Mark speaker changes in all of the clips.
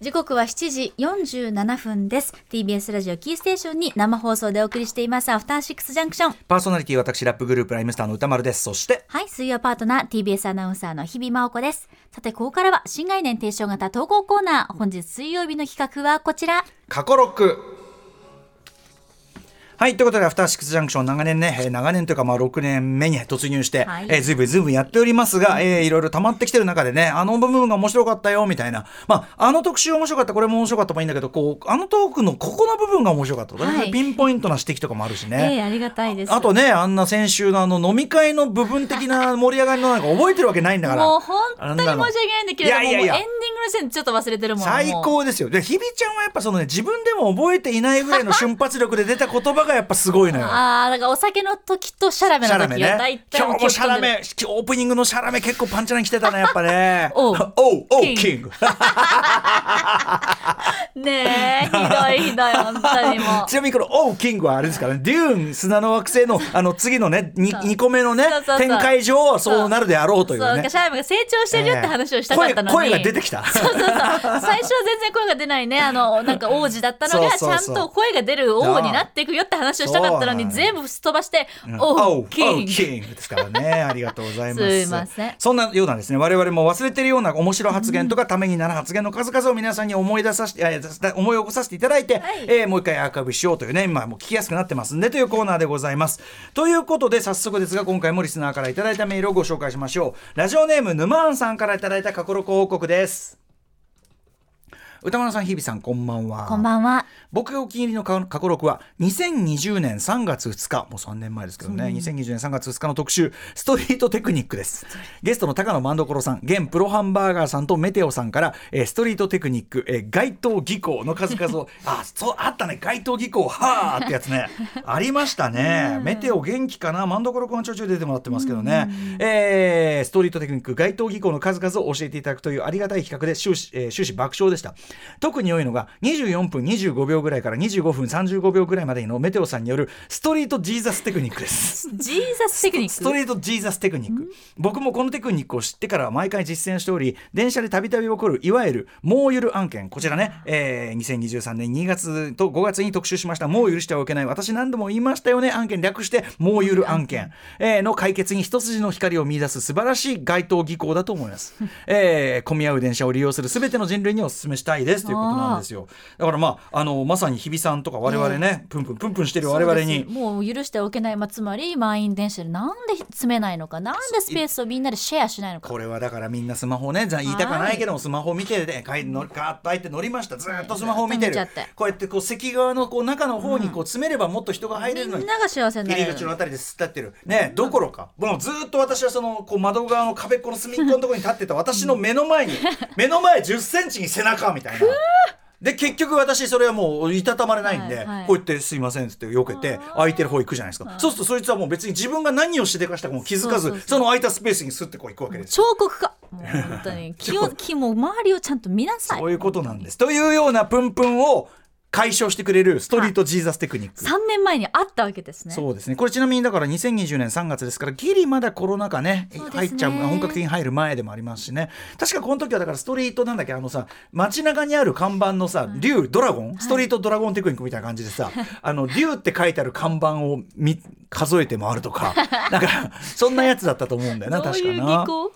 Speaker 1: 時刻は7時47分です TBS ラジオキーステーションに生放送でお送りしていますアフターシックスジャンクション
Speaker 2: パーソナリティ私ラップグループライムスターの歌丸ですそして
Speaker 1: はい水曜パートナー TBS アナウンサーの日々真央子ですさてここからは新概念提唱型投稿コーナー本日水曜日の企画はこちら
Speaker 2: 過去6はいということで、アフターシックスジャンクション、長年ね、えー長年というか、まあ、6年目に突入して、
Speaker 1: はい
Speaker 2: えーずいぶんずいぶんやっておりますが、えーいろいろ溜まってきてる中でね、あの部分が面白かったよ、みたいな、まあ、あの特集面白かった、これも面白かったもいいんだけど、こう、あのトークのここの部分が面白かったとかね、
Speaker 1: はい
Speaker 2: ピンポイントな指摘とかもあるしね。
Speaker 1: ええありがたいです
Speaker 2: あとね、あんな先週のあの飲み会の部分的な盛り上がりのなんか覚えてるわけないんだから。
Speaker 1: もう本当に申し訳ないんだけれども
Speaker 2: いやいやいや
Speaker 1: もうエンディングの線ちょっと忘れてるもん
Speaker 2: 最
Speaker 1: もう
Speaker 2: 高ですよ。で、日比ちゃんはやっぱそのね、自分でも覚えていない ぐらいの瞬発力で出た言葉がやっぱすごいのよ。
Speaker 1: ああだからお酒の時とシャラメ
Speaker 2: シ
Speaker 1: の
Speaker 2: ャラメ
Speaker 1: 時は大
Speaker 2: ね。
Speaker 1: 体
Speaker 2: 今
Speaker 1: う
Speaker 2: 日もシャラ
Speaker 1: 記憶飛んでる。
Speaker 2: メ、オープニングのシャラメ結構パンチラに来てたね、やっぱ ね
Speaker 1: おう
Speaker 2: おう、おう、
Speaker 1: キング
Speaker 2: キング。
Speaker 1: ねえひどいひどい本当にもう
Speaker 2: ちなみにこの「オウキング」はあれですからね「デューン砂の惑星の」あの次のね 2, 個目のね
Speaker 1: そうそうそう
Speaker 2: 展開上はそうなるであろうという
Speaker 1: そう
Speaker 2: ね
Speaker 1: かシャラメが成長してるよって話をしたかったのに、
Speaker 2: 声声が出てきた
Speaker 1: そうそうそう最初は全然声が出ないねあのなんか王子だったのがち
Speaker 2: そう
Speaker 1: ゃ
Speaker 2: そうんそう
Speaker 1: と声が出る王になっていくよって話をしたかったの
Speaker 2: そうな
Speaker 1: に
Speaker 2: の
Speaker 1: 全部すっ飛ばして「
Speaker 2: お
Speaker 1: 王
Speaker 2: うお
Speaker 1: 金
Speaker 2: うキングですからね。ありがとうございます。
Speaker 1: すいません
Speaker 2: そんなようなんですね。我々も忘れてるような面白発言とかためにならん発言の数々を皆さんに思い出させて、えー思い起こさせていただいて、
Speaker 1: はい
Speaker 2: えーもう一回アーカイブしようというね、今もう聞きやすくなってますんでというコーナーでございます。ということで早速ですが、今回もリスナーからいただいたメールをご紹介しましょう。ラジオネーム沼庵さんからいただいた過去録報告です。歌丸さん、日比さん、こんばんは。
Speaker 1: こんばんは
Speaker 2: 僕がお気に入りの過去録は2020年3月2日もう3年前ですけどね、2020年3月2日の特集ストリートテクニックですゲストの高野万所さん現プロハンバーガーさんとメテオさんから、えーストリートテクニック、えー街頭技巧の数々を あそうあったね街頭技巧はあってやつねありましたねメテオ元気かな万所君はちょいちょい出てもらってますけどね、えーストリートテクニック街頭技巧の数々を教えていただくというありがたい企画で終始,、えー終始爆笑でした特に良いのが24分25秒ぐらいから25分35秒ぐらいまでのメテオさんによるストリートジーザステクニックです
Speaker 1: ジーザステクニック
Speaker 2: ストリートジーザステクニック僕もこのテクニックを知ってからは毎回実践しており電車でたびたび起こるいわゆる「もうゆる案件」こちらね、えー2023年2月と5月に特集しました「もう許してはいけない私何度も言いましたよね」案件略して「もうゆる案件」えーの解決に一筋の光を見出す素晴らしい街頭技巧だと思 います、えー混み合う電車を利用する全ての人類にお勧めしたいですということなんですよだからまああのまさに日比さんとか我々ね、プンプンプンプンしてる我々
Speaker 1: そう
Speaker 2: に
Speaker 1: ですもう許しておけない、まあ、つまり満員電車でなんで詰めないのかなんでスペースをみんなでシェアしないのか
Speaker 2: これはだからみんなスマホねざ言いたくないけどもスマホ見てで帰りのガーッと入って乗りましたずーっとスマホを見てる
Speaker 1: ずーっと見ちゃって
Speaker 2: こうやってこう席側のこう中の方にこう詰めればもっと人が入れ
Speaker 1: み
Speaker 2: るのに
Speaker 1: んなが幸せにな
Speaker 2: 入
Speaker 1: れ
Speaker 2: り
Speaker 1: る
Speaker 2: 口のあたりですったってるねどころかもうずーっと私はそのこう窓側の壁っこの隅っこのところに立ってた私の目の 前に目の前1 0ンチに背中みたいな。で結局私それはもういたたまれないんで、
Speaker 1: はいはい
Speaker 2: こうやって「すいません」っつって避けて空いてる方行くじゃないですかそうするとそいつはもう別に自分が何をしてでかしたかも気づか
Speaker 1: そう
Speaker 2: ずそ
Speaker 1: そうそう
Speaker 2: の空いたスペースにスッてこう行くわけですよ
Speaker 1: 彫刻家もう本当 に気を気も周りをちゃんと見なさい
Speaker 2: そういうことなんです。というようなプンプンを解消してくれるストリートジーザステクニック。
Speaker 1: 3年前にあったわけですね
Speaker 2: そうですねこれちなみにだから2020年3月ですからギリまだコロナ禍ね
Speaker 1: そうですね
Speaker 2: 入っちゃう本格的に入る前でもありますしね確かこの時はだからストリートなんだっけあのさ街中にある看板のさ「竜ドラゴン」ストリートドラゴンテクニックみたいな感じで さ「あの竜」って書いてある看板を見数えて回るとかなんかそんなやつだったと思うんだ よな
Speaker 1: どう
Speaker 2: 確か
Speaker 1: い
Speaker 2: な。
Speaker 1: う技巧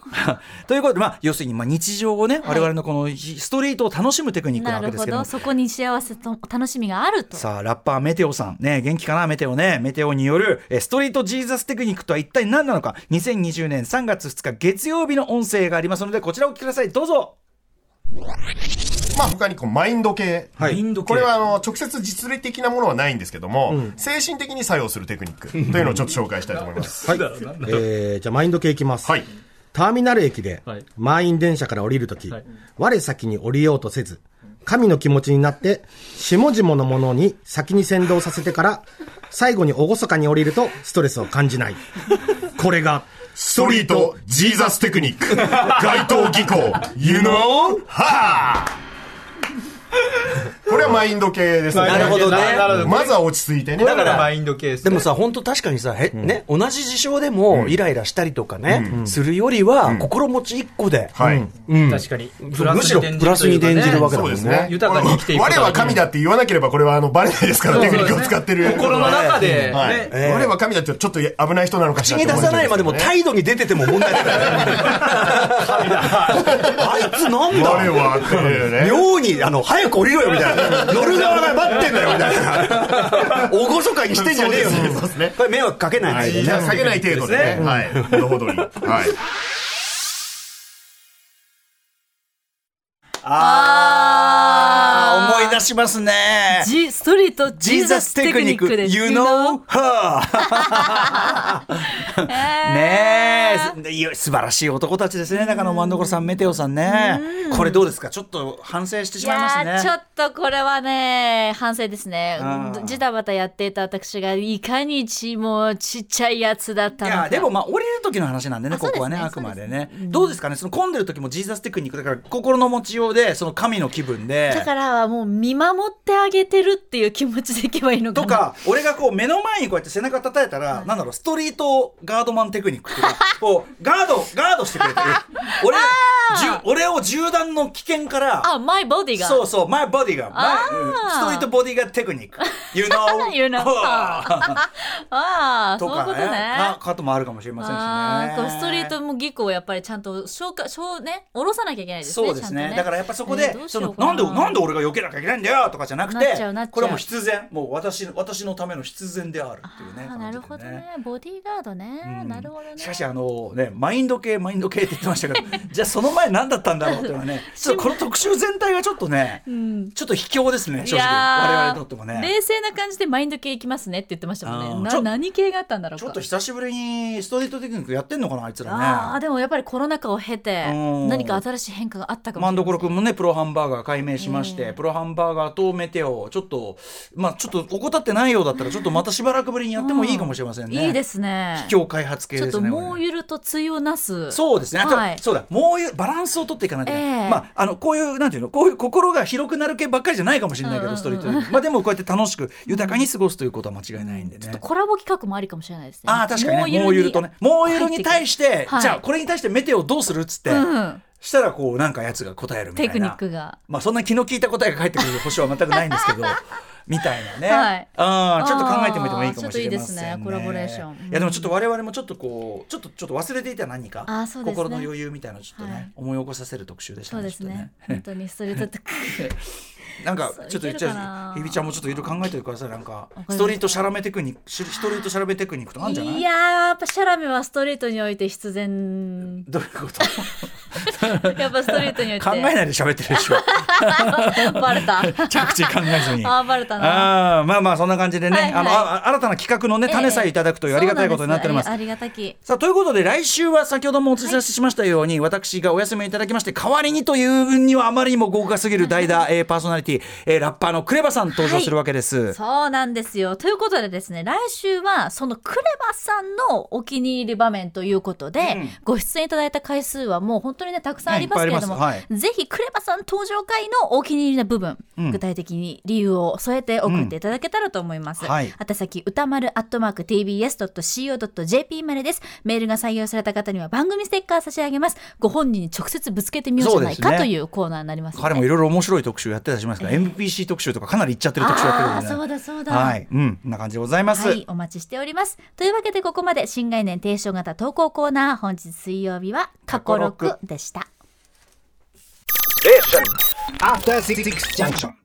Speaker 2: ということで、まあ、要するにまあ日常をね、
Speaker 1: い
Speaker 2: 我々のこのひストリートを楽しむテクニックな
Speaker 1: な
Speaker 2: わ
Speaker 1: る
Speaker 2: けです
Speaker 1: ほ
Speaker 2: けど
Speaker 1: ど
Speaker 2: も
Speaker 1: そこに幸せと楽しみがあると
Speaker 2: さあラッパーメテオさんね元気かなメテオねメテオによるえーストリートジーザステクニックとは一体何なのか2020年3月2日月曜日の音声がありますのでこちらをお聞きくださいどうぞ
Speaker 3: まあ他にこうマインド系。
Speaker 2: はいマインド系
Speaker 3: これはあの直接実利的なものはないんですけども、精神的に作用するテクニックというのをちょっと紹介したいと思います。
Speaker 4: はい、えーじゃあマインド系いきます、
Speaker 3: はい
Speaker 4: ターミナル駅で
Speaker 5: はい
Speaker 4: 満員電車から降りるとき、
Speaker 5: はい
Speaker 4: 我先に降りようとせず神の気持ちになって下々のものに先に先導させてから最後に厳かに降りるとストレスを感じないこれが
Speaker 3: ストリートジーザステクニック。街頭技巧。You know? はあこれはマインド系ですね。
Speaker 5: な
Speaker 2: るほどね
Speaker 5: なるほど
Speaker 3: まずは落ち着いてね。
Speaker 5: だからマインドケース
Speaker 6: でも、さ、本当確かにさ、へね、同じ事象でもイライラしたりとかね、するよりは、心持ち一個で、
Speaker 3: はい。
Speaker 5: 確かに。
Speaker 6: むしろプラスに転じるわけだ
Speaker 3: そ
Speaker 6: も
Speaker 3: うんです
Speaker 6: ね
Speaker 3: ね。。
Speaker 5: 豊かに生きていくこと
Speaker 3: 我は神だって言わなければ、これはあの、バレないですから、テクニックを使ってる。
Speaker 5: 心の中で、ね。
Speaker 3: はい。我は神だってちょっと危ない人なのかし
Speaker 6: 口
Speaker 3: ら。
Speaker 6: に出さないまでも
Speaker 3: 大
Speaker 6: 態度に出てても問題ない
Speaker 3: 我
Speaker 6: あいつなんだ
Speaker 3: はっていうね。
Speaker 6: 妙にあの早く降りろよみた いな乗る側が待ってんだよみたいな厳かにしてんじゃねえ よ
Speaker 3: そうですねそうですね
Speaker 6: これ迷惑かけない
Speaker 3: はい、
Speaker 6: で
Speaker 3: い
Speaker 6: ね
Speaker 3: や下げない程度でね。はい。ほどほどに。はい。
Speaker 2: あー思い出しますね。
Speaker 1: ジストリートジ
Speaker 2: ジー
Speaker 1: ーザ
Speaker 2: ザ
Speaker 1: ス
Speaker 2: ス
Speaker 1: テ
Speaker 2: テ
Speaker 1: ク
Speaker 2: ク
Speaker 1: ニ
Speaker 2: ニ
Speaker 1: ッ
Speaker 2: ッ
Speaker 1: ク
Speaker 2: ク
Speaker 1: です。
Speaker 2: You know her ねえすいや素晴らしい男たちですね中野真所さんメテオさんねこれどうですかちょっと反省して
Speaker 1: い
Speaker 2: しまいました
Speaker 1: やー
Speaker 2: ね
Speaker 1: ちょっとこれはね反省ですね
Speaker 2: あー
Speaker 1: じたばたやっていた私がいかにちもうちっちゃいやつだった
Speaker 2: い
Speaker 1: のか
Speaker 2: やでもまあ降りる時の話なんでね
Speaker 1: あ
Speaker 2: ここはね
Speaker 1: そう
Speaker 2: あ
Speaker 1: です
Speaker 2: く
Speaker 1: ね
Speaker 2: までねどうですかねその混んでる時もジーザステクニックだから心の持ちようでその神の気分で
Speaker 1: だからはもう見守ってあげてるっていう気持ちでいけばいいのかな
Speaker 2: とか俺がこう目の前にこうやって背中叩いたらなんだろうストリートガードマンテクニックってい うかこうガードガードしてくれてる俺じゅ俺を銃弾の危険から
Speaker 1: あマイボディが
Speaker 2: そうそう、マイボディが、
Speaker 1: あー
Speaker 2: my- うんストリートボディがテク ニック。You know?
Speaker 1: You know.
Speaker 2: は
Speaker 1: ああ
Speaker 2: あ
Speaker 1: そ
Speaker 2: と
Speaker 1: ういう
Speaker 2: か
Speaker 1: こと
Speaker 2: ね。
Speaker 1: ね
Speaker 2: かかともあるかもしれません
Speaker 1: ああーこう
Speaker 2: しね。
Speaker 1: ストリートも技巧をやっぱりちゃんと消化消ね下ろさなきゃいけないですね
Speaker 2: そうです
Speaker 1: ちゃん
Speaker 2: ね
Speaker 1: と
Speaker 2: だからやっぱそこで、
Speaker 1: えーどうし
Speaker 2: そ
Speaker 1: よ
Speaker 2: の
Speaker 1: うか
Speaker 2: なんでなんで俺が避けなきゃいけないんだよとかじゃなく
Speaker 1: な
Speaker 2: て
Speaker 1: っちゃうなっちゃう
Speaker 2: これはもう必然もう私の私のための必然であるっていうね
Speaker 1: あーなるほどねボディーガードね、なるほどね
Speaker 2: しかしあのねマインド系マインド系って言ってました けどじゃあその前何だったんだろうっていうのはねちょっとこの特集全体がちょっとね、ちょっと卑怯ですね正直
Speaker 1: ー
Speaker 2: 我々にとってもね
Speaker 1: 冷静な感じでマインド系いきますねって言ってましたも
Speaker 2: うんん
Speaker 1: ね
Speaker 2: ち
Speaker 1: な
Speaker 2: ょ
Speaker 1: 何系があったんだろう
Speaker 2: ち
Speaker 1: か
Speaker 2: ょっと久しぶりにストリートテクニックやってんのかなあいつ
Speaker 1: あ
Speaker 2: ら
Speaker 1: あ
Speaker 2: ね。
Speaker 1: でもやっぱりコロナ禍を経て
Speaker 2: うん
Speaker 1: 何か新しい変化があったかもしれ
Speaker 2: マン
Speaker 1: ない
Speaker 2: ドコロ君もねプロハンバーガー解明しまして、プロハンバーガーとメテオちょっとまあちょっと怠ってないようだったらちょっとまたしばらくぶりにやってもいいかもしれませんね。
Speaker 1: いいですね
Speaker 2: 今日開発系
Speaker 1: ちょ
Speaker 2: で
Speaker 1: っ
Speaker 2: す
Speaker 1: と
Speaker 2: ね。
Speaker 1: もうゆると対応なす
Speaker 2: そうですね。あと、
Speaker 1: はい
Speaker 2: そうだ、もういうバランスを取っていかないとね、
Speaker 1: ええ
Speaker 2: まああのこういうなんていうの、こういう心が広くなる系ばっかりじゃないかもしれないけど、
Speaker 1: うんうんうん
Speaker 2: ストリートでまあでもこうやって楽しく豊かに過ごすということは間違いないんでね。
Speaker 1: コラボ企画もありかもしれないですね
Speaker 2: ああ確かにねもうゆるとねもうゆるに対して、
Speaker 1: はい
Speaker 2: じゃあこれに対してメテオどうするっつって、
Speaker 1: うん
Speaker 2: したらこうなんかやつが答えるみたい
Speaker 1: テ
Speaker 2: な
Speaker 1: クニックが
Speaker 2: まあそんな気の利いた答えが返ってくる保証は全くないんですけ どみたいなね、
Speaker 1: はい
Speaker 2: あーちょっと考えてみてもいいかもしれません
Speaker 1: あーち
Speaker 2: ね
Speaker 1: ょっといいですねコラボレーションうん
Speaker 2: いやでもちょっと我々もちょっとこうちょっとちょっと忘れていた何か
Speaker 1: あーそうですね
Speaker 2: 心の余裕みたいなのちょっとね、
Speaker 1: はい
Speaker 2: 思い起こさせる特集でした
Speaker 1: そうですね
Speaker 2: ちょっと
Speaker 1: 本当にストリートテクニック
Speaker 2: なんか
Speaker 1: そう
Speaker 2: ちょっと言っち
Speaker 1: いけるか
Speaker 2: ゃ
Speaker 1: な
Speaker 2: うひびちゃんもちょっといろいろ考えてくださいなんか
Speaker 1: りました
Speaker 2: ストリートシャラメテクニックしストリートシャラメテクニックとかあるんじゃない
Speaker 1: いやーやっぱシャラメはストリートにおいて必 然
Speaker 2: どういうこと
Speaker 1: やっぱストリートにおいて
Speaker 2: 考えないで喋ってるで しょ
Speaker 1: バレ た
Speaker 2: 着地考えずに。
Speaker 1: あーバレたな
Speaker 2: ああまあまあそんな感じでね、
Speaker 1: はいはい
Speaker 2: あのあ新たな企画のね種さえいただくというありがたいことになっております。
Speaker 1: そうなんですありがたき
Speaker 2: さあということで来週は先ほどもお知らせしましたように、私がお休みをいただきまして代わりにという分にはあまりにも豪華すぎる 代打、えーパーソナリティ、えーラッパーのクレバさん登場するわけです。
Speaker 1: そうなんですよ。ということでですね、来週はそのクレバさんのお気に入り場面ということで、ご出演いただいた回数はもう本当にね、たくさんありますけれども、
Speaker 2: ねいっぱいあります
Speaker 1: ぜひクレバさん登場回のお気に入りな部分、具体的に理由を添えて送っていただけたらと思います。
Speaker 2: うんはい
Speaker 1: 宛先歌丸アットマーク tbs.co.jp までです。メールが採用された方には番組ステッカー差し上げます。ご本人に直接ぶつけてみようじゃない
Speaker 2: そう
Speaker 1: か
Speaker 2: ですね
Speaker 1: というコーナーになりますので。
Speaker 2: 彼もいろいろ面白い特集やってたりしますから、MPC 特集とかかなりいっちゃってる特集やってるの
Speaker 1: あ
Speaker 2: で、
Speaker 1: ー
Speaker 2: ね。
Speaker 1: そうだそうだ。
Speaker 2: はい、うん、こんな感じでございます。
Speaker 1: はい、お待ちしております。というわけでここまで新概念提唱型投稿コーナー、本日水曜日は過去6でした。
Speaker 4: After Six Junction.